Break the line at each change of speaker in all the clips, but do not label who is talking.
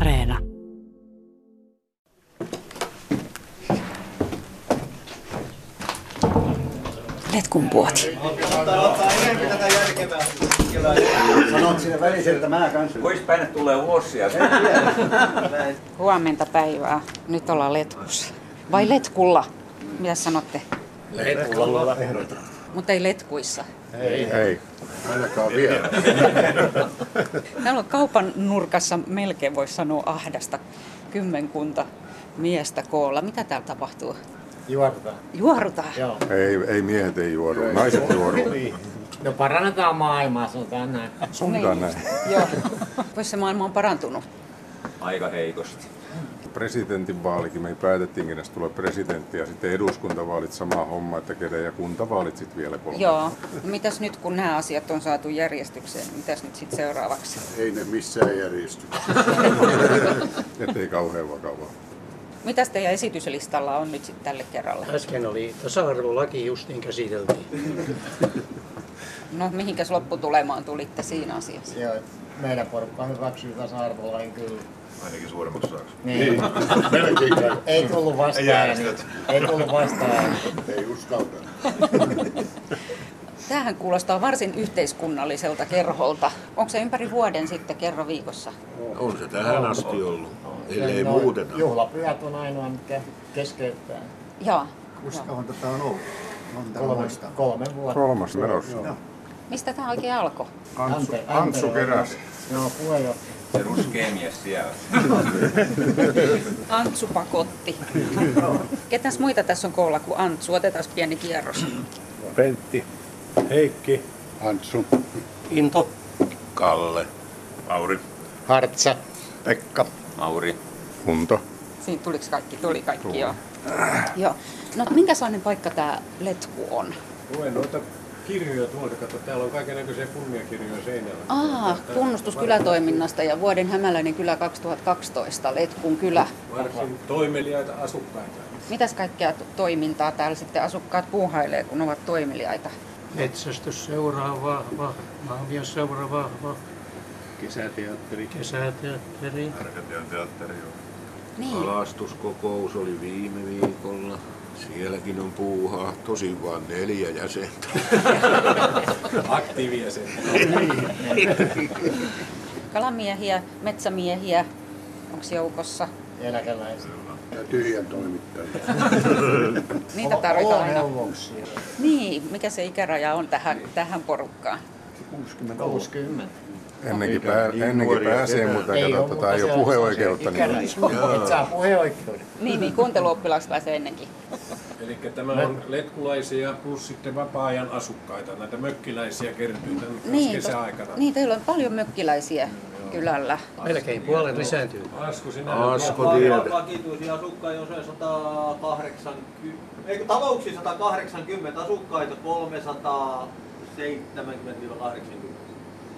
Areena. Letkun puoti.
Sanot sinne väliseltä mä kanssa.
Poispäin tulee vuosia.
Huomenta päivää. Nyt ollaan letkussa. Vai letkulla? Mitä sanotte?
Kuulla ehdotan.
Mutta ei letkuissa.
Ei, ainakaan vielä.
Täällä on kaupan nurkassa melkein voisi sanoa ahdasta kymmenkunta miestä koolla. Mitä täällä tapahtuu?
Juorta.
Juorutaan.
Joo.
Ei, ei miehet ei juoru, naiset juoru.
No parannetaan maailmaa, sanotaan näin.
Suuntaan näin.
Joo. Pois se maailma on parantunut.
Aika heikosti.
Presidentin vaalikin, me päätettiin, kenestä tulee presidentti ja sitten eduskuntavaalit sama homma, että kenen ja kuntavaalit sitten vielä kolme.
Joo. No mitäs nyt kun nämä asiat on saatu järjestykseen, mitäs nyt sitten seuraavaksi?
Ei ne missään järjesty. Ettei kauhean vakavaa.
Mitäs teidän esityslistalla on nyt sitten tälle kerralle?
Äsken oli tasa-arvolaki justiin käsiteltiin.
No mihinkäs lopputulemaan tulitte siinä asiassa?
Joo. Meidän porukka hyväksyy tasa-arvolain kyllä.
Ainakin suuremmaksi saaksi.
Niin. Ei tullut vastaan. niin Ei tullut vastaan.
Ei uskalta.
Tämähän kuulostaa varsin yhteiskunnalliselta kerholta. Onko se ympäri vuoden sitten kerran viikossa?
On se tähän asti ollut, ellei
Noin
muuteta.
Juhlapyhät on ainoa, mikä keskeyttää.
Joo. Joo.
Kuinka tätä on ollut? Monta
Kolme,
muista.
kolme vuotta.
Kolmas menossa.
Mistä tämä oikein alkoi?
Antsu,
Ante-
Antsu
Antero-
keräsi.
Joo, puheenjohtaja.
Se ruskea mies siellä.
Antsu pakotti. Ketäs muita tässä on koolla kuin Antsu? Otetaan pieni kierros.
Pentti, Heikki,
Antsu.
Into.
Kalle. Mauri.
Hartsa.
Pekka.
Mauri.
Kunto.
Siinä tuliko kaikki? Tuli kaikki, joo. joo. No minkälainen paikka tämä letku on?
luen noita kirjoja tuolta, kato, täällä on kaiken näköisiä kunniakirjoja seinällä.
Aa, tunnustus kylätoiminnasta ja vuoden Hämäläinen kylä 2012, Letkun kylä.
Varsin toimeliaita asukkaita.
Mitäs kaikkea to- toimintaa täällä sitten asukkaat puuhailee, kun ovat toimiliaita?
Metsästys seuraa vahva, maanvies seuraa vahva,
Kesäteatteri.
kesäteatteri.
Arkadian teatteri.
Niin.
Kalastuskokous oli viime viikolla. Sielläkin on puuhaa, tosin vain neljä jäsentä.
Aktiivia se.
Kalamiehiä, metsämiehiä, onko joukossa?
Eläkeläiset.
Ja tyhjän toimittaja.
Niitä tarvitaan aina.
Neuvoksia.
Niin, mikä se ikäraja on tähän, tähän porukkaan?
60.
Ennenkin,
Eikä
pää,
niin
ennenkin
nuoria
pääsee,
ketään.
mutta kato,
ole,
tota ei ole
se on se
puheoikeutta. Niin
ikäraja. Joo, Et saa puheoikeuden.
Niin, niin kuunteluoppilaaksi pääsee ennenkin.
Eli tämä on letkulaisia plus sitten vapaa-ajan asukkaita. Näitä mökkiläisiä kertyy tämän
Niin,
kesäaikana.
tos- niin, teillä on paljon mökkiläisiä kylällä.
Melkein puolen lisääntyy.
Asku sinä.
Asko tiedä.
Vakituisia asukkaita on se 180, eikö talouksi 180 asukkaita 370-80.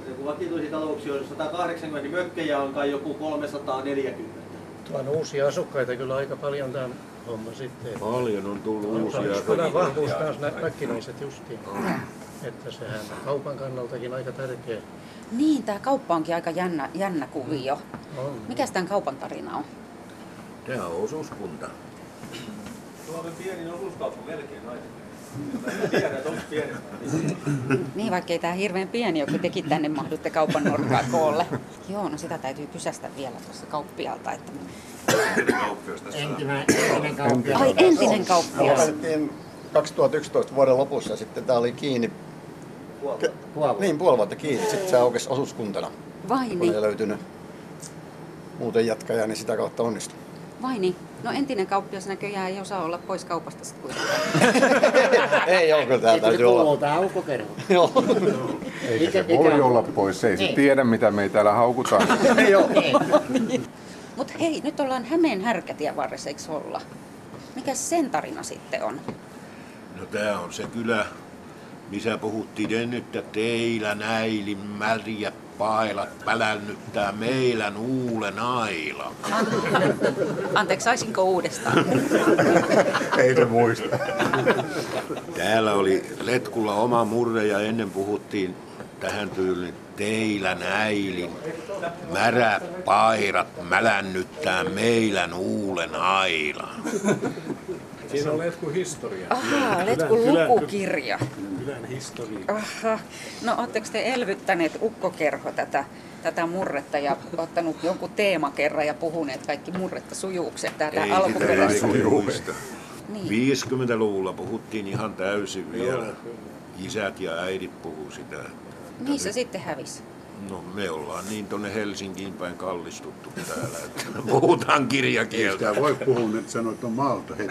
Ja kun vakituisia talouksia on 180, niin mökkejä on kai joku 340.
Tuo on uusia asukkaita kyllä aika paljon tämän homma sitten.
Paljon on tullut uusia
Sodan
rakennuksia.
vahvuus taas nä- mökkiläiset justiin. Että sehän on kaupan kannaltakin aika tärkeä
Niin, tämä kauppa onkin aika jännä, jännä kuvio.
on.
Mikäs tämän kaupan tarina on?
Tämä on osuuskunta.
Suomen pienin osuuskauppa melkein aina. Mä en tiedä, että onko pienempi.
Niin, vaikkei tämä hirveän pieni ole, kun tekin tänne mahdutte kaupan nurkkaa koolle. Joo, no sitä täytyy kysästä vielä tuossa kauppialta. Että...
Entimmäinen entinen kauppias.
Ai entinen kauppias.
Lopetettiin 2011 vuoden lopussa ja sitten tämä oli kiinni,
Huovo.
niin puoli vuotta kiinni, sitten se aukesi osuuskuntana,
Vai
kun
niin,
ei löytynyt muuten jatkajaa, niin sitä kautta onnistui.
vai niin. No entinen kauppias näköjään ei osaa olla pois kaupasta sitten kuitenkaan.
ei ole, kyllä tämä
Siitä
täytyy olla.
kuuluu tähän ulkokerhoon.
Joo,
Eikä se
Mikä-
voi
mikä-
olla pois, ei se
Niin.
tiedä mitä me ei täällä haukutaan.
joo.
Niin, Mutta hei, nyt ollaan Hämeen härkätien varressa, eikö olla? Mikä sen tarina sitten on?
No tää on se kylä, missä puhuttiin ennen, että teillä näilin märjä pailat pälännyttää meillä uulen aila.
Anteeksi, saisinko uudestaan?
ei se muista.
Täällä oli Letkulla oma murre ja ennen puhuttiin tähän tyyliin teillä näilin. Märäpairat mälännyttää meilän uulen ailan.
Siinä on letkun historia.
Ahaa, letkun
Kylän-
lukukirja.
Kylän historia.
Aha. No ootteko te elvyttäneet ukkokerho tätä, tätä murretta ja ottanut jonkun teemakerran ja puhuneet kaikki murretta sujuukset tätä alkuperäistä?
muista. niinku
Niin.
50-luvulla puhuttiin ihan täysin vielä. Isät ja äidit puhuu sitä.
Niin se sitten hävisi.
No me ollaan niin tonne Helsinkiin päin kallistuttu täällä, että puhutaan
Ei
kirjakieltä.
sitä voi puhua, nyt sanoa, että on maalta heti.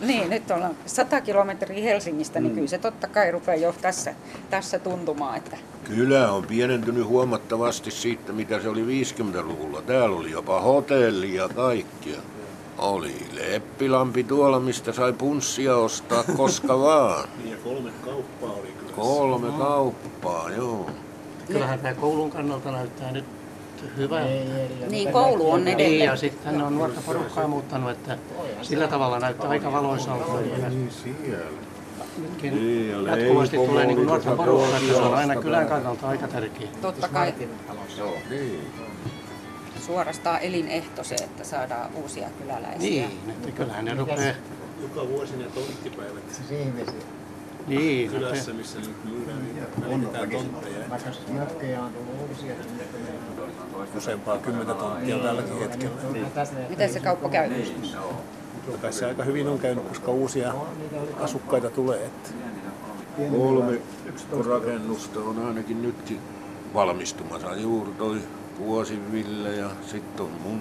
Niin, nyt ollaan 100 kilometriä Helsingistä, niin kyllä se totta kai rupeaa jo tässä, tässä tuntumaan, että
Kylä on pienentynyt huomattavasti siitä, mitä se oli 50-luvulla. Täällä oli jopa hotelli ja kaikkia. Oli leppilampi tuolla, mistä sai punssia ostaa koska vaan.
Niin, ja kolme kauppaa oli kyllä.
Kolme kauppaa, joo.
Kyllähän tämä koulun kannalta näyttää nyt hyvältä.
Niin, koulu on
Niin, ja
edelleen.
sitten tänne on nuorta porukkaa muuttanut, että sillä tavalla näyttää aika valoisalta.
Niin siellä.
Nytkin jatkuvasti tulee niin nuorta porukkaa, että se on aina kylän kannalta aika tärkeä.
Totta kai suorastaan elinehto se, että saadaan uusia kyläläisiä.
Niin, että kyllähän ne rupeaa.
Joka vuosi ne tonttipäivät
Niin,
kylässä, missä nyt myydään niitä välitetään tontteja.
niin
Useampaa kymmentä tonttia tälläkin hetkellä.
Niin,
Miten se kauppa käy?
Joka se aika hyvin on käynyt, koska uusia asukkaita tulee. Että.
Kolme rakennusta on ainakin nytkin valmistumassa. Juuri toi Puosin Ville ja sitten on mun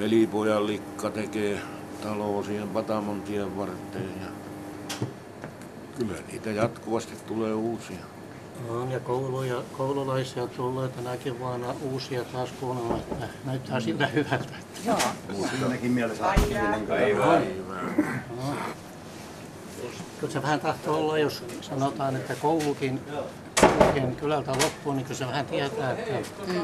velipojan likka tekee taloa siihen Patamontien varteen. Ja kyllä niitä jatkuvasti tulee uusia.
On ja kouluja, koululaisia tulee tänäkin vuonna uusia taas kuulemma, että näyttää siltä hyvältä.
Joo.
Siinäkin mielessä aktiivinen kyllä.
Kyllä se vähän tahtoo olla, jos sanotaan, että koulukin, koulukin kylältä loppuu, niin kyllä se vähän tietää, että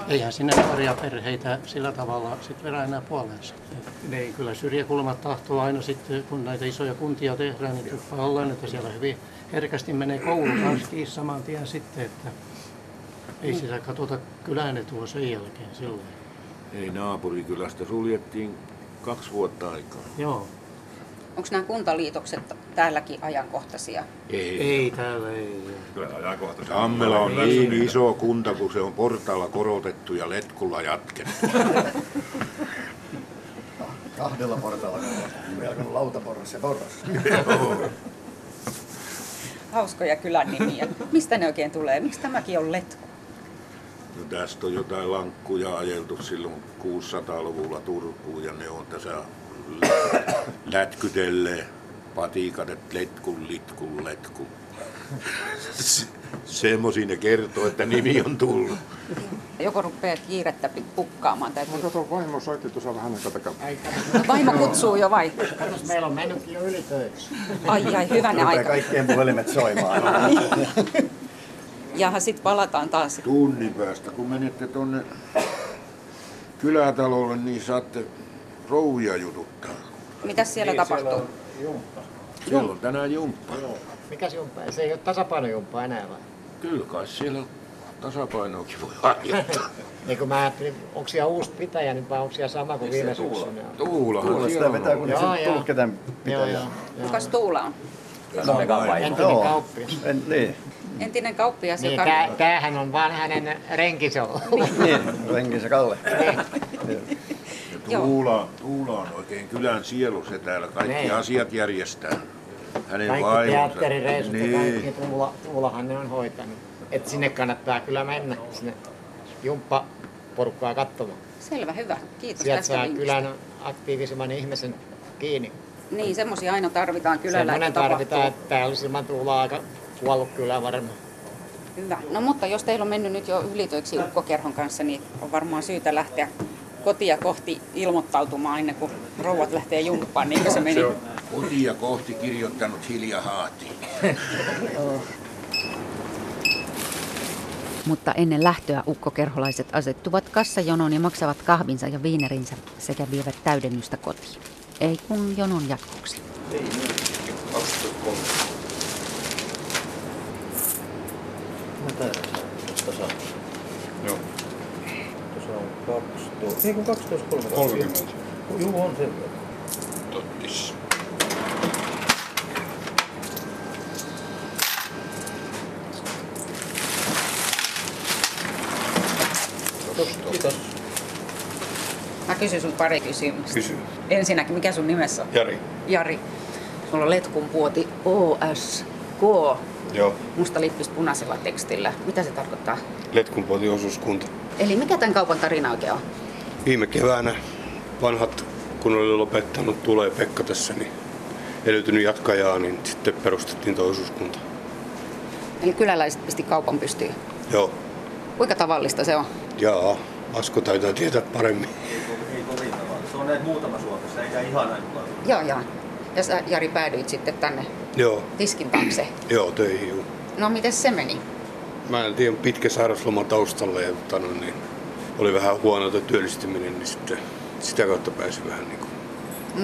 eihän sinne nuoria perheitä sillä tavalla sitten verran enää puoleensa. Ne
Niin.
ei kyllä syrjäkulmat tahtoo aina sitten, kun näitä isoja kuntia tehdään, niin tuppaa ollaan, että siellä hyvin herkästi menee koulu kanssa kiinni saman tien sitten, että ei sitä katsota kylän etua sen jälkeen silloin.
Ei naapurikylästä suljettiin kaksi vuotta aikaa.
Joo.
Onko nämä kuntaliitokset täälläkin ajankohtaisia?
Ei.
Ei täällä ei.
Kyllä ajankohtaisesti.
Tammela on niin iso kunta, kun se on portaalla korotettu ja letkulla jatkettu.
Kahdella portaalla. Meillä on lautaporras ja porras.
Hauskoja kylän nimiä. Mistä ne oikein tulee? Miksi tämäkin on letku?
No tästä on jotain lankkuja ajeltu silloin 600-luvulla Turkuun ja ne on tässä lätkytelleet patikat, että letkun, litkun, letku. Se- Semmoisia ne kertoo, että nimi on tullut.
Joko rupeaa kiirettä pi- pukkaamaan tai
Mä katson vaimo soitti tuossa vähän aikaa takaa.
No vaimo kutsuu jo vai?
Katos, meillä on mennytkin jo yli töiksi.
Ai ai, hyvänä
Rupeaa
aika.
kaikkien puhelimet soimaan.
Ja sitten palataan taas.
Tunnin päästä, kun menette tonne kylätalolle, niin saatte rouvia jututtaa.
Mitä Niin, siellä tapahtuu?
Siellä on tänään jumppa.
Mikä se jumppa? Se ei ole tasapainojumppa enää vai?
Kyllä kai siellä tasapainoakin voi harjoittaa.
Niin kun mä ajattelin, onko siellä uusi pitäjä nyt vai onko siellä sama kuin viime syksynä?
Tuulahan siellä
Sitä
on.
vetää, kun
Joo,
sen
joo.
tulkketan
Joo, joo.
pitää.
Kukas Tuula on?
Entinen
Joo.
kauppias.
En, niin.
Entinen kauppias,
Niin,
joka...
tää, tämähän on vaan hänen renkinsä ollut.
Niin, renkinsä Kalle.
Ja
Joo.
Tuula, Tuula on oikein kylän sielu se täällä. Kaikki
Niin.
asiat järjestää. Hänen
Kaikki
vaimonsa.
teatterireissut ja kaikki,
niin.
Tuula, Tuulahan ne on hoitanut. Et sinne kannattaa kyllä mennä, sinne jumppaporukkaa katsomaan.
Selvä, hyvä. Kiitos
Sieltä
tästä
saa
vinkistä.
kylän aktiivisimman ihmisen kiinni.
Niin, semmoisia aina tarvitaan kylällä, että
Semmoinen
tapahtuu.
tarvitaan, että täällä olisi ilman Tuulaa aika kuollut kyllä varmaan.
Hyvä. No mutta jos teillä on mennyt nyt jo ylitöiksi ukkokerhon kanssa, niin on varmaan syytä lähteä kotia kohti ilmoittautumaan ennen kuin rouvat lähtee jumppaan, niin kuin se meni.
Kotia kohti kirjoittanut hiljaa haatiin.
Mutta ennen lähtöä ukkokerholaiset asettuvat kassajonoon ja maksavat kahvinsa ja viinerinsä sekä vievät täydennystä kotiin. Ei kun jonon jatkuksi.
Mä täytän Tuossa on.
Joo.
Tuossa on 12. Ei kun 12, 13.
30.
Juu, on sen verran.
Tottis.
Kiitos.
Mä kysyn sun pari kysymystä.
Kysy.
Ensinnäkin, mikä sun nimessä on?
Jari.
Jari. Sulla on letkun puoti OSK.
Joo,
Musta lippis punaisella tekstillä. Mitä se tarkoittaa?
Letkunpotin osuuskunta.
Eli mikä tämän kaupan tarina oikein on?
Viime keväänä vanhat, kun oli lopettanut Tule ja Pekka tässä, niin ei löytynyt jatkajaa, niin sitten perustettiin tuo osuuskunta.
Eli kyläläiset pisti kaupan pystyyn.
Joo,
Kuinka tavallista se on?
jaa, Asko taitaa tietää paremmin.
Ei kovin tavalla. Se on näitä muutama Suomessa, eikä ihan näin paljon.
Joo, joo. Ja sä, Jari, päädyit sitten tänne
Joo,
tiskin taakse.
joo, töihin. Juu.
No, miten se meni?
Mä en tiedä, pitkä sairausloma taustalla ja tota, no, niin oli vähän huono tuo työllistyminen, niin sitten sitä kautta pääsi vähän niin kuin,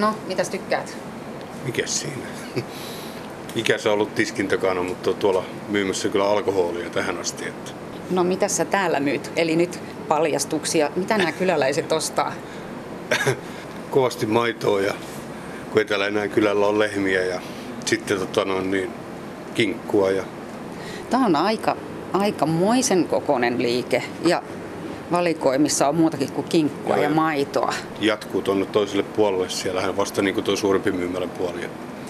No, mitäs tykkäät?
mikä siinä. Ikässä ollut tiskin takana, mutta tuolla myymässä kyllä alkoholia tähän asti. Että
No, mitä sä täällä myyt? Eli nyt paljastuksia. Mitä nämä kyläläiset ostaa?
kovasti maitoa ja kun ei täällä enää kylällä on lehmiä ja sitten tota noin, niin, kinkkua ja
Tämä on aika, aika moisen kokoinen liike ja valikoimissa on muutakin kuin kinkkua
Joo,
ja
joo.
maitoa.
jatkuu tuonne toiselle puolelle. Siellähän vasta niin tuo suurempi myymälän puoli.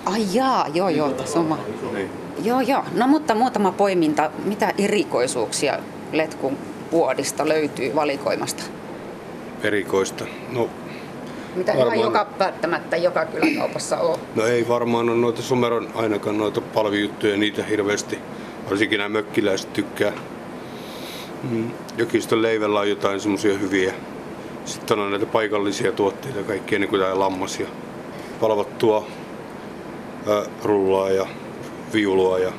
Ai jaa, joo joo, tässä on ma-
Niin.
Joo joo, no mutta muutama poiminta. Mitä erikoisuuksia Letkun puodista löytyy valikoimasta?
Erikoista. No,
Mitä ihan
Varmaan-
joka, välttämättä joka kyläkaupassa on.
no ei varmaan ole noita Sumeron ainakaan noita palvijuttuja, niitä hirveästi. Varsinkin nämä mökkiläiset tykkää. Mm, Jokistön leivellä on jotain semmoisia hyviä. Sitten on näitä paikallisia tuotteita, kaikkea niin kuin tämä lammas ja palvattua ää, rullaa ja viulua ja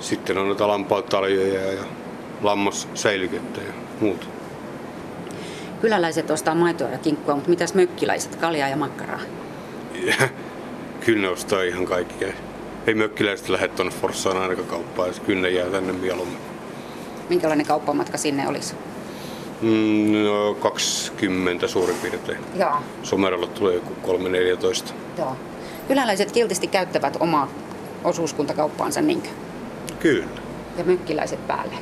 sitten on noita lampaatarjoja ja lammassäilykettä ja muuta.
Kyläläiset ostaa maitoa ja kinkkua, mutta mitäs mökkiläiset, kaljaa ja makkaraa?
Ja, kyllä ne ostaa ihan kaikkea. Ei mökkiläiset lähde tuonne Forssaan ainakaan kauppaan, jos kyllä ne jää tänne mieluummin.
Minkälainen kauppamatka sinne olisi?
Mm, no, 20 suurin piirtein.
Joo,
Somerolla tulee joku 3-14.
joo. Kyläläiset kiltisti käyttävät omaa osuuskuntakauppaansa niinkö?
Kyllä,
Ja mökkiläiset päälle.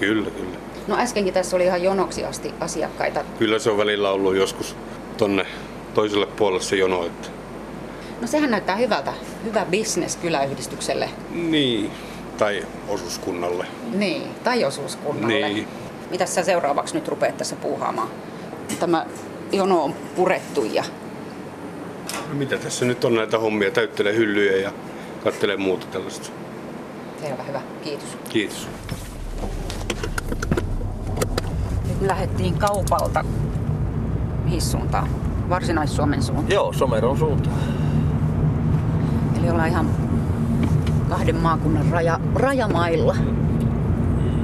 kyllä, kyllä.
No äskenkin tässä oli ihan jonoksi asti asiakkaita.
Kyllä se on välillä ollut joskus tonne toiselle puolelle se jono, että
No sehän näyttää hyvältä. Hyvä bisnes kyläyhdistykselle.
niin, tai osuuskunnalle.
Niin, tai osuuskunnalle.
Niin.
Mitä sä seuraavaksi nyt rupeat tässä puuhaamaan? Tämä jono on purettu ja...
No, mitä tässä nyt on näitä hommia, täyttelee hyllyjä ja kattelee muuta tällaista.
Selvä, hyvä. Kiitos.
Kiitos.
Nyt me lähdettiin kaupalta. Mihin suuntaan? Varsinais-Suomen suuntaan.
Joo, Someron suuntaan.
Eli ollaan ihan kahden maakunnan raja, rajamailla.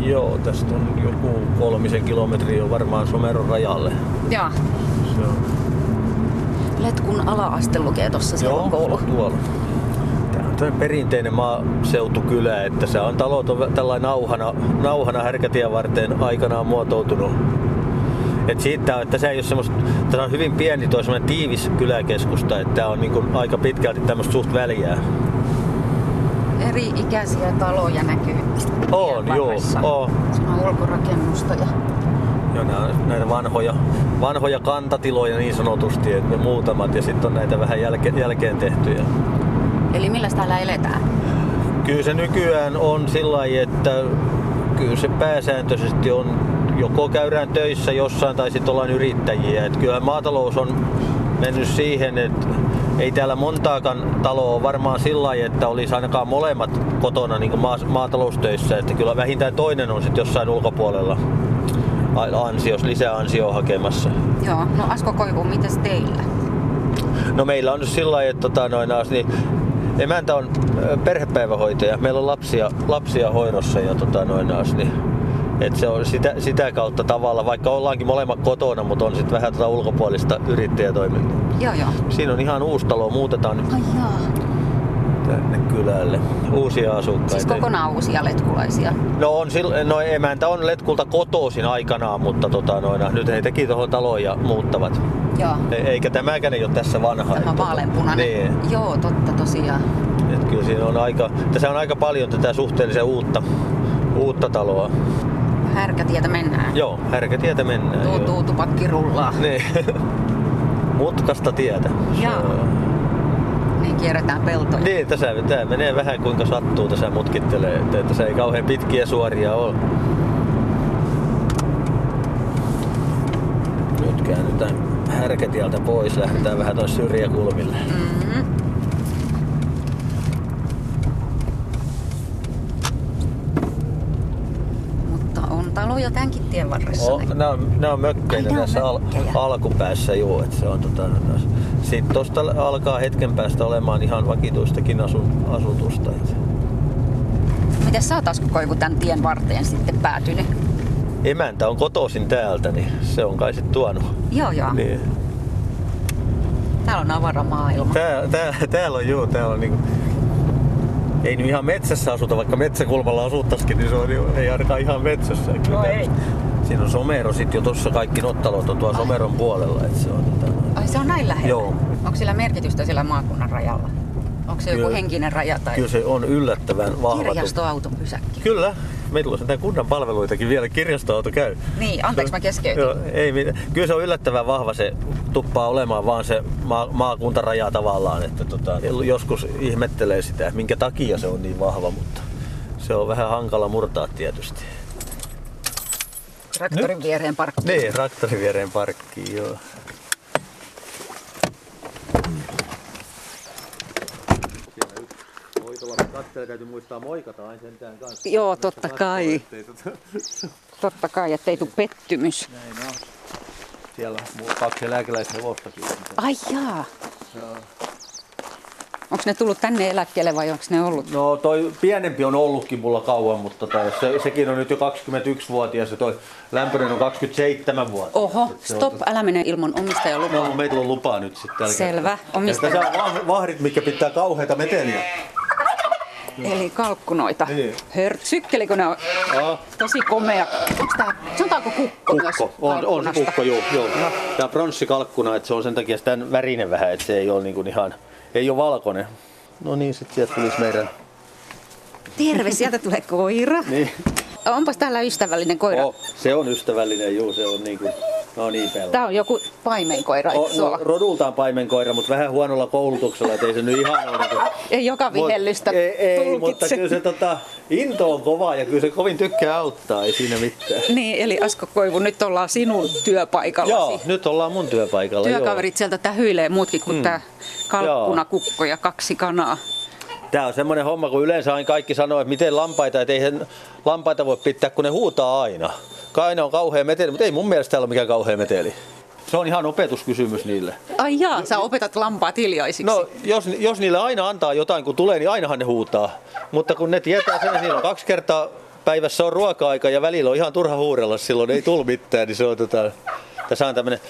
Joo, tästä on joku kolmisen kilometriä jo varmaan Someron rajalle.
Joo.
Se on
Letkun ala-aste lukee tuossa se
Joo,
on koulu.
tuolla. Tämä on tämmöinen perinteinen maaseutukylä, että se on talot on tällainen nauhana, nauhana härkätien varten aikanaan muotoutunut. Et siitä, on, että se ei ole semmoista, tässä on hyvin pieni toi semmoinen tiivis kyläkeskusta, että tää on niinku aika pitkälti tämmöistä suht väljää.
Eri ikäisiä taloja näkyy.
On, joo, on.
Siinä on ulkorakennusta ja
Joo, nää on näitä vanhoja, vanhoja kantatiloja niin sanotusti, että muutamat ja sitten on näitä vähän jälke, jälkeen tehtyjä.
Eli millä täällä eletään?
Kyllä se nykyään on sillä lailla, että kyllä se pääsääntöisesti on joko käydään töissä jossain tai sitten ollaan yrittäjiä. Et kyllä maatalous on mennyt siihen, että ei täällä montaakaan taloa ole varmaan sillä lailla, että olisi ainakaan molemmat kotona niin maa, maataloustöissä. Että kyllä vähintään toinen on sitten jossain ulkopuolella a- ansios, lisäansioa hakemassa.
Joo, no Asko Koivu, mitäs teillä?
No meillä on nyt sillä lailla, että tota, noin, as- niin, emäntä on ö, perhepäivähoitaja. Meillä on lapsia, lapsia hoidossa ja tota, noin, as- niin, et se on sitä, sitä kautta tavalla, vaikka ollaankin molemmat kotona, mutta on sitten vähän tota ulkopuolista yrittäjätoimintaa.
Joo, joo.
Siinä on ihan uusi talo, muutetaan nyt
Ai jaa.
tänne kylälle. Uusia asukkaita.
Siis kokonaan uusia letkulaisia.
No on sil- no emäntä on Letkulta kotoisin aikanaan, mutta tota noina, nyt he teki tuohon taloon ja muuttavat.
Joo.
E- eikä tämäkään ei ole tässä vanha.
Tämä vaaleanpunainen.
Niin.
Joo, totta tosiaan.
Et kyllä siinä on aika, tässä on aika paljon tätä suhteellisen uutta, uutta taloa.
Härkätietä mennään.
Joo, härkätietä mennään.
Tuntuu
joo.
tupakki rullaa.
Niin. Mutkasta tietä.
Joo. Niin kierretään peltoja.
Niin, tässä tää menee vähän kuinka sattuu, tässä mutkittelee. Että tässä ei kauhean pitkiä suoria ole. Nyt käännytään härkätieltä pois, lähdetään vähän tuonne syrjäkulmille.
Mm-hmm. Mutta on taloja tämänkin tien varressa.
Oh, nämä Niin. on, nää on mökkejä tässä al- alkupäässä, joo. Et se on, tota, no, sit tosta alkaa hetken päästä olemaan ihan vakituistakin asu- asutusta. Et.
Miten sä oot Asko Koivu tämän tien varteen sitten päätynyt?
Emäntä on kotoisin täältä, niin se on kai sit tuonut.
Joo, joo.
Niin.
Täällä on avara maailma.
Tää, tää, täällä on juu, täällä on niinku... Ei nyt ihan metsässä asuta, vaikka metsäkulmalla asuttaisikin, niin se on, ju- ei ainakaan ihan metsässä. Kyllä tää- Siinä on somero sit jo tossa kaikki nottalot on tuolla someron puolella, et se on tota...
Ai se on näin lähellä?
Joo.
Onko sillä merkitystä sillä maakunnan rajalla? Onko se joku
Kyllä.
henkinen raja tai
Kyllä se on yllättävän vahva. tu-
kirjastoauton pysäkki?
Kyllä. Meillä on sentään kunnan palveluitakin vielä, kirjastoauto käy.
Niin, anteeksi mä keskeytin.
Joo, ei mitään. Kyllä se on yllättävän vahva se tuppaa olemaan vaan se maa, maakuntaraja tavallaan, että tota, joskus ihmettelee sitä, minkä takia se on niin vahva, mutta se on vähän hankala murtaa tietysti.
Traktorin viereen parkkiin.
Niin, traktorin viereen parkkiin, joo.
Hoitola katselee, täytyy muistaa moikata aina sentään kanssa.
Joo, totta kai.
tota-
Totta kai, ettei tule pettymys.
Näin on.
Siellä on kaksi lääkeläishevostakin.
Ai jaa. Onko ne tullut tänne eläkkeelle vai onko ne ollut?
No toi pienempi on ollutkin mulla kauan, mutta tota, se, sekin on nyt jo 21-vuotias ja toi lämpöinen on 27-vuotias.
Oho,
Et se on
stop,
tota-
älä mene ilman omistajan
No,
lupaa.
me ei tullut lupaa nyt sitten tällä
Selvä,
kertaa. Ja
omistaja-
Tässä on vah- vahdit, mikä pitää kauheita meteliä.
Eli kalkkunoita.
Niin.
Hör, sykkelikö ne on? Tosi komea. Onko tää, sanotaanko kukko, myös
Kukko, on, on se
kalkkunasta?
kukko, joo. joo. Tämä pronssikalkkuna, että se on sen takia tämän värinen vähän, että se ei ole niinku ihan, ei ole valkoinen. No niin, sitten sieltä tulisi meidän.
Terve, sieltä tulee koira.
Niin.
Onpas täällä ystävällinen koira.
Oh, se on ystävällinen, juu, se on niinku, no niin pelaa.
Tää on joku paimenkoira, eikö se
no,
ole?
rodultaan paimenkoira, mutta vähän huonolla koulutuksella, ettei se nyt ihan ole. Niinku.
Ei joka vihellystä
Ei, ei mutta
tulkitse.
kyllä se tota, into on kova ja kyllä se kovin tykkää auttaa, ei siinä mitään.
Niin, eli Asko Koivu, nyt ollaan sinun työpaikallasi.
Joo, nyt ollaan mun työpaikalla.
Työkaverit sieltä tähyilee muutkin kuin
Hmm.
hmm. tämä kalkkunakukko ja kaksi kanaa.
Joo. Tää on semmoinen homma, kun yleensä aina kaikki sanoo, että miten lampaita, että eihän lampaita voi pitää, kun ne huutaa aina. Kai aina on kauhea meteli, mutta ei mun mielestä täällä ole mikään kauhea meteli. Se on ihan opetuskysymys niille.
Ai jaa, sä opetat lampaat hiljaisiksi.
No, jos, jos niille aina antaa jotain, kun tulee, niin ainahan ne huutaa. Mutta kun ne tietää sen, että niillä on kaksi kertaa päivässä on ruoka-aika ja välillä on ihan turha huurella, silloin ei tule mitään, niin se on tota... Tässä on tämmöinen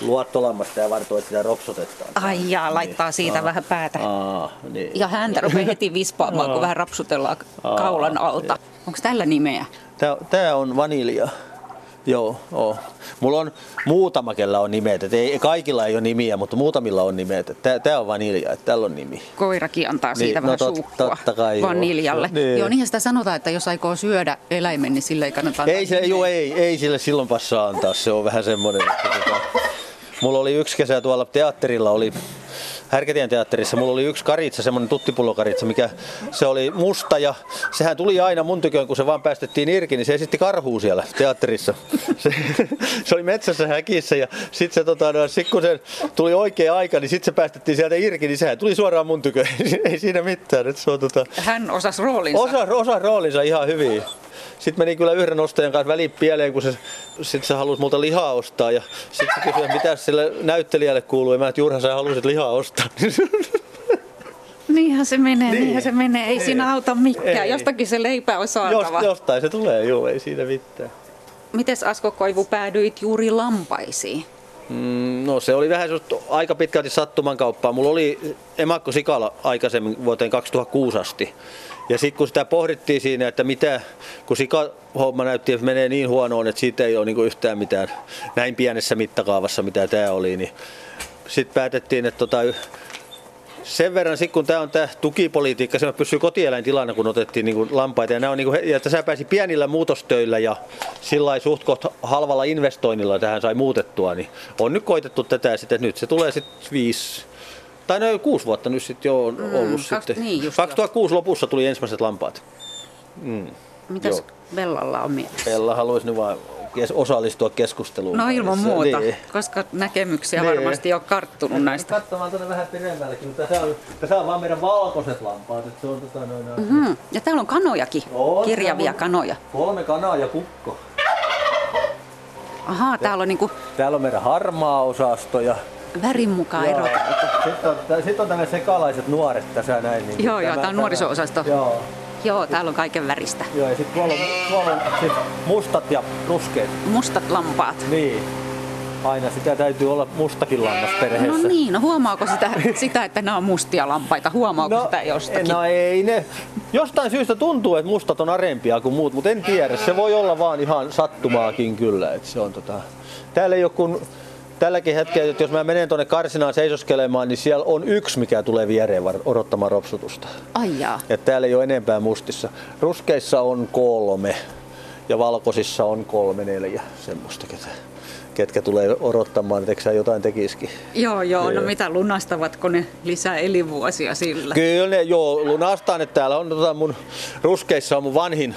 luottolammas, tämä vartoi sitä ropsotetaan.
Ai jaa, laittaa siitä
Aa.
vähän päätä.
Aa, niin.
Ja häntä rupeaa heti vispaamaan, kun vähän rapsutellaan
Aa,
kaulan alta. Onko tällä nimeä?
Tää, tää on vanilja. Joo, oo. Mulla on muutama, kellä on nimet. Et ei, kaikilla ei ole nimiä, mutta muutamilla on nimet. Et Tää, tää on vanilja, että tällä on nimi.
Koirakin antaa
Niin,
siitä
no
vähän
tot-
suukkua
totta kai joo.
vaniljalle.
Niin.
Joo, niinhän sitä sanotaan, että jos aikoo syödä eläimen, niin sille ei kannata antaa
Ei, se, juu, ei, ei sille silloin passaa antaa, se on vähän semmoinen. Että tota, mulla oli yksi kesä tuolla teatterilla, oli Härkätien teatterissa, mulla oli yksi karitsa, semmoinen tuttipullokaritsa, mikä se oli musta ja sehän tuli aina mun tyköön, kun se vaan päästettiin irki, niin se esitti karhuu siellä teatterissa. Se, se oli metsässä häkissä ja sit se tota, no, sit kun se tuli oikea aika, niin sit se päästettiin sieltä irki, niin sehän tuli suoraan mun tyköön. Ei siinä mitään, että se on tota,
Hän osasi roolinsa.
Osa, osa roolinsa ihan hyvin. Sitten meni kyllä yhden ostajan kanssa väliin pieleen, kun se, sit se halusi multa lihaa ostaa. Ja sitten se kysyi, että mitä sille näyttelijälle kuuluu. Ja mä, että Jurha, sä halusit lihaa ostaa.
Niinhän se menee, niin. niinhän se menee. Ei
Niin.
siinä auta mikään.
Ei.
Jostakin se leipä on
Jos,
saatava.
jostain se tulee, joo, ei siinä mitään.
Mites Asko Koivu päädyit juuri lampaisiin?
Mm, no se oli vähän semmoista aika pitkälti sattuman kauppaa. Mulla oli emakko sikala aikaisemmin vuoteen 2006 asti. Ja sitten kun sitä pohdittiin siinä, että mitä, kun sikahomma näytti, että menee niin huonoon, että siitä ei ole niinku yhtään mitään näin pienessä mittakaavassa, mitä tämä oli, niin sitten päätettiin, että tota, sen verran, sit kun tämä on tämä tukipolitiikka, se pysyy kotieläintilanne, kun otettiin niin lampaita. Ja, nää on, niin kuin, ja tässä pääsi pienillä muutostöillä ja sillä lailla suht koht halvalla investoinnilla tähän sai muutettua. Niin on nyt koitettu tätä sitten, että nyt se tulee sitten viisi tai noin kuusi vuotta nyt sitten jo on
Mm,
ollut
kaks-
sitten.
niin just
2006 lopussa tuli ensimmäiset lampaat. Mm.
Mitäs
Joo.
Bellalla on mielessä?
Pella haluaisi nyt vaan kes- osallistua keskusteluun.
No ilman muuta,
Niin.
koska näkemyksiä
Niin.
varmasti on karttunut näistä.
Katsomaan tuonne vähän pidemmällekin, mutta tässä on, tässä on vaan meidän valkoiset lampaat. Että se on tota noin, noin-
Mhm. Ja täällä on kanojakin, kirjavia kanoja.
Kolme kanaa ja kukko.
Ahaa, täällä on niinku
Täällä on meidän harmaa osasto ja
värin mukaan
Joo.
eroteltu.
Sitten on, sitten on tämmöiset sekalaiset nuoret tässä näin. Niin
Joo, joo, tää on nuoriso-osasto.
Joo.
Joo, täällä on kaiken väristä.
Joo, ja sitten tuolla, on- tuolla on sit mustat ja ruskeat.
Mustat lampaat.
Niin. Aina sitä täytyy olla mustakin lannas
No
perheessä.
niin, no huomaako sitä, sitä että nämä on mustia lampaita? Huomaako no, sitä jostakin?
No ei ne. Jostain syystä tuntuu, että mustat on arempia kuin muut, mutta en tiedä. Se voi olla vaan ihan sattumaakin kyllä. Että se on tota... Täällä ei ole kun tälläkin hetkellä, että jos mä menen tuonne karsinaan seisoskelemaan, niin siellä on yksi, mikä tulee viereen var- odottamaan ropsutusta.
Ai jaa.
Et täällä ei ole enempää mustissa. Ruskeissa on kolme ja valkoisissa on kolme, neljä semmoista, ketä, ketkä tulee odottamaan, että eikö sä jotain tekisikin.
Joo, joo, no
Joo.
mitä lunastavatko ne lisää elinvuosia sillä?
Kyllä ne, joo, lunastaan, että täällä on tota mun ruskeissa on mun vanhin,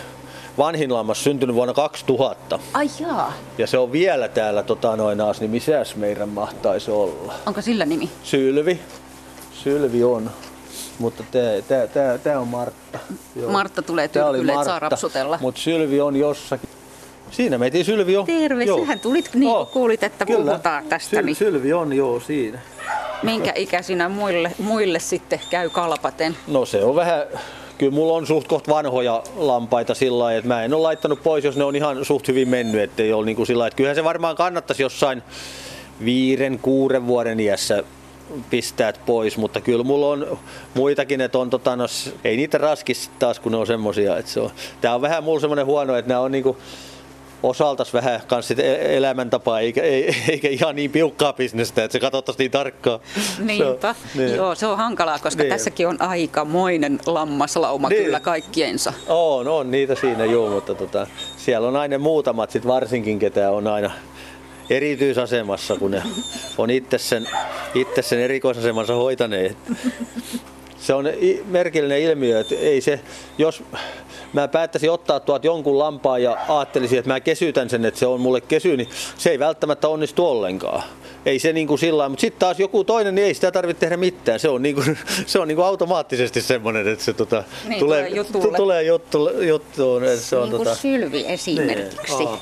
vanhin lammas syntynyt vuonna 2000.
Ai jaa,
Ja se on vielä täällä tota noin aas, niin misäs meidän mahtaisi olla?
onko sillä nimi?
Sylvi. Sylvi on. Mutta tää, tää, tää, tää on Martta. Joo.
Martta tulee
Tää oli
tyrkylle, et saa
Martta,
rapsutella.
Mutta Sylvi on jossakin. Siinä meitä Sylvi on.
Terve,
Joo.
sähän tulit niin kuin kuulit, että puhutaan tästä.
Syl-
Niin
Sylvi on joo siinä.
minkä ikäisinä muille, muille sitten käy kalpaten?
No se on vähän, kyllä mulla on suht koht vanhoja lampaita sillä lailla, että mä en ole laittanut pois, jos ne on ihan suht hyvin mennyt, ettei ole niin kuin sillä lailla, että kyllähän se varmaan kannattaisi jossain viiden, kuuden vuoden iässä pistää pois, mutta kyllä mulla on muitakin, että on tota, no, s- ei niitä raskis taas, kun ne on semmosia, että se on. Tää on vähän mulla semmoinen huono, että nämä on niinku osaltas vähän kans sit e- elämäntapaa, eikä, ei, eikä ihan niin piukkaa bisnestä, että se katsottaisiin niin tarkkaan.
Niinpä.
Se on- niin.
Joo, se on hankalaa, koska
Niin.
tässäkin on aikamoinen lammaslauma
Niin.
kyllä kaikkiensa.
On, on niitä siinä joo, mutta tota, siellä on aina muutamat sit varsinkin, ketä on aina erityisasemassa, kun ne on itse sen, itse sen erikoisasemansa hoitaneet. Se on i- merkillinen ilmiö, että ei se, jos mä päättäisin ottaa tuot jonkun lampaan ja ajattelisin, että mä kesytän sen, että se on mulle kesy, niin se ei välttämättä onnistu ollenkaan. Ei se niin kuin sillä lailla, mutta sitten taas joku toinen, niin ei sitä tarvitse tehdä mitään. Se on, niin kuin, se on niin kuin automaattisesti semmoinen, että se tota,
Niin, tulee
tulee,
jutulle.
tu- tulee juttu, juttuun. Että se on
Niin kuin
tota,
Sylvi esimerkiksi.
Niin, aa.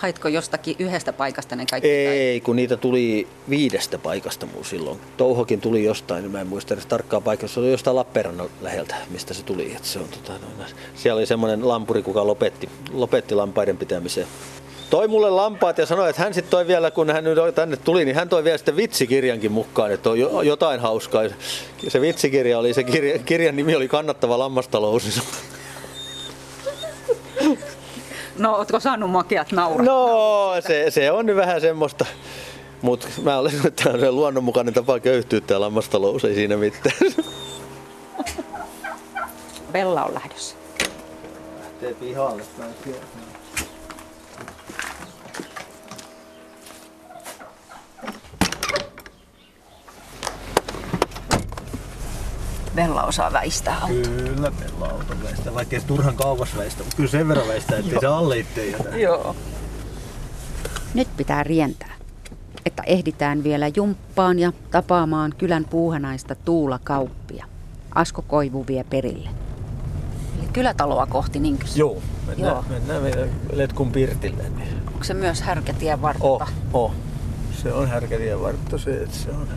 Haitko jostakin yhdestä paikasta ne kaikki?
Ei, kun niitä tuli viidestä paikasta mulla silloin. Touhokin tuli jostain, niin mä en muista edes tarkkaa paikkaa. Se oli jostain Lappeenrannan läheltä, mistä se tuli. Et se on, tota, noin, siellä oli semmoinen lampuri, kuka lopetti, lopetti lampaiden pitämiseen. Toi mulle lampaat ja sanoi, että hän sitten toi vielä, kun hän nyt tänne tuli, niin hän toi vielä sitten vitsikirjankin mukaan, että on jo- jotain hauskaa. Se vitsikirja oli, se kirja, kirjan nimi oli Kannattava lammastalous.
No, ootko saanut makeat naurat?
No, se, se on nyt vähän semmoista. Mutta mä olen sanonut, että tämä on se luonnonmukainen tapa köyhtyä tää lammastalous, ei siinä mitään.
Bella on lähdössä.
Lähtee pihalle
Bella osaa väistää autoa.
Kyllä, meillä on auton väistää, vaikka ei se turhan kauas väistä, mutta kyllä sen verran väistää, ettei se alle itse jätä.
Joo.
Nyt pitää rientää, että ehditään vielä jumppaan ja tapaamaan kylän puuhanaista Tuula Kauppia. Asko Koivu vie perille.
Eli kylätaloa kohti,
niin
niinkö? se?
Joo, mennään,
Joo.
Joo. mennään meidän letkun pirtille. Niin.
Onko se myös härkätien vartta?
Oh, oh. Se on härkätien vartta se, että se on.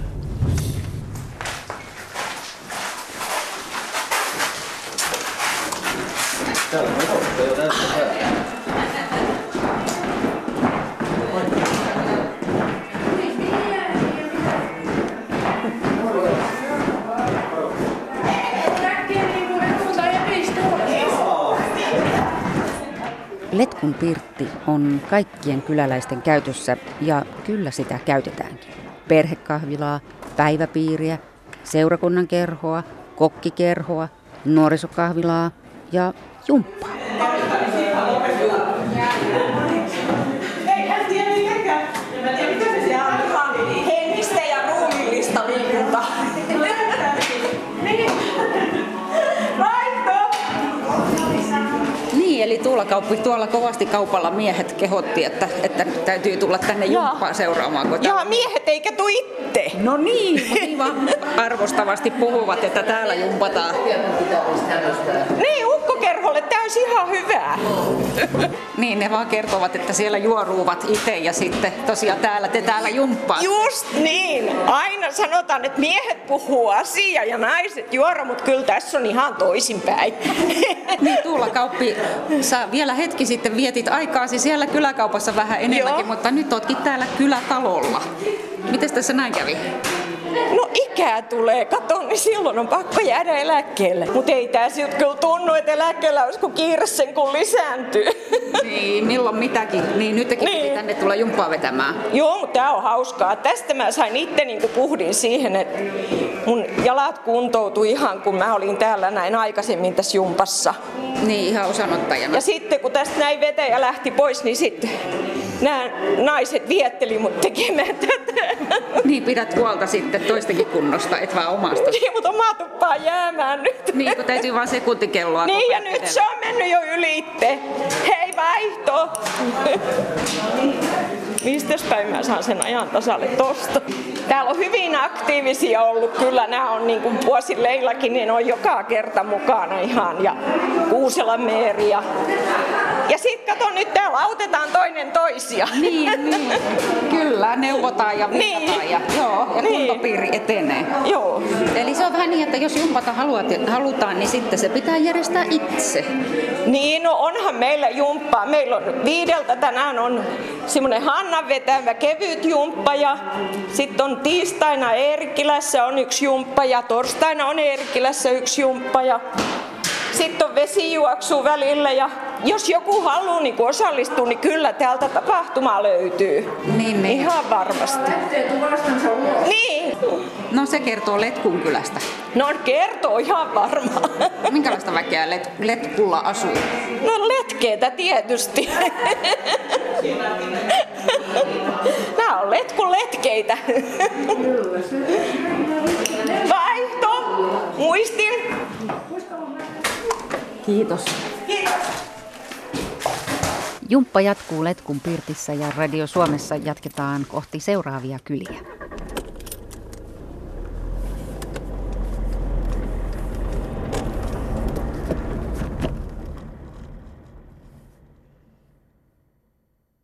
kun pirtti on kaikkien kyläläisten käytössä ja kyllä sitä käytetäänkin. Perhekahvilaa, päiväpiiriä, seurakunnan kerhoa, kokkikerhoa, nuorisokahvilaa ja jumppaa.
Henkistä ja ruumiillista liikuntaa.
Niin, eli tuolla, kauppi, tuolla kovasti kaupalla miehet kehotti, että, että täytyy tulla tänne jumppaa seuraamaan. Kun
Ja miehet eikä tuu itse.
No niin, mut niin vaan arvostavasti puhuvat, että täällä jumpataan.
Niin, ukkokerholle täys ihan hyvää.
Niin, ne vaan kertovat, että siellä juoruuvat itse ja sitten tosiaan täällä te täällä jumppaa.
Just niin. Aina sanotaan, että miehet puhuu asiaa ja naiset juora, mutta kyllä tässä on ihan toisinpäin.
Niin Tuula Kauppi, sä vielä hetki sitten vietit aikaasi siellä kyläkaupassa vähän enemmänkin, Joo. mutta nyt ootkin täällä kylätalolla. Mites tässä näin kävi?
No ikää tulee, kato, niin silloin on pakko jäädä eläkkeelle. Mutta ei tää siltä kyllä tunnu, että eläkkeellä olisi kun kiire sen kun lisääntyy.
Niin, milloin mitäkin. Niin, nytkin niin. piti tänne tulla jumppaa vetämään.
Joo, mutta tää on hauskaa. Tästä mä sain itse niinku puhdin siihen, että mun jalat kuntoutui ihan kun mä olin täällä näin aikaisemmin tässä jumpassa.
Niin, ihan osanottajana.
Ja sitten kun tästä näin vetäjä lähti pois, niin sitten nämä naiset vietteli mut tekemään tätä.
Niin, pidät huolta sitten toistenkin kunnosta, et vaan omasta.
Niin, mutta omaa tuppaa jäämään nyt.
Niin, kun täytyy vaan sekuntikelloa.
Niin, ja
koko
nyt
ajan
se on mennyt jo ylitte. Hei, vaihto! Mistä päin mä saan sen ajan tasalle tosta? Täällä on hyvin aktiivisia ollut kyllä. Nämä on niin kuin vuosileillakin, niin on joka kerta mukana ihan. Ja Kuuselan Meeri ja... Ja sit kato nyt täällä autetaan toinen toisia.
Niin, niin. Kyllä, neuvotaan ja viitataan niin. ja, joo, ja niin. kuntopiiri etenee.
Joo.
Eli se on vähän niin, että jos jumpata haluat, halutaan, niin sitten se pitää järjestää itse.
Niin, no onhan meillä jumppaa. Meillä on viideltä tänään on semmoinen Hannan vetämä kevyt jumppa ja sitten on tiistaina Eerikkilässä on yksi jumppa ja torstaina on Eerikkilässä yksi jumppa ja sitten on vesijuoksu välillä ja jos joku haluaa niin osallistua, niin kyllä täältä tapahtuma löytyy.
Niin, niin.
Ihan varmasti. Niin.
No se kertoo Letkun kylästä.
No kertoo ihan varmaan.
Minkälaista väkeä Let- Letkulla asuu?
No letkeitä tietysti. Nämä on letkun letkeitä. Vaihto, muistin.
Kiitos. Jumppa jatkuu Letkun pirtissä ja Radio Suomessa jatketaan kohti seuraavia kyliä.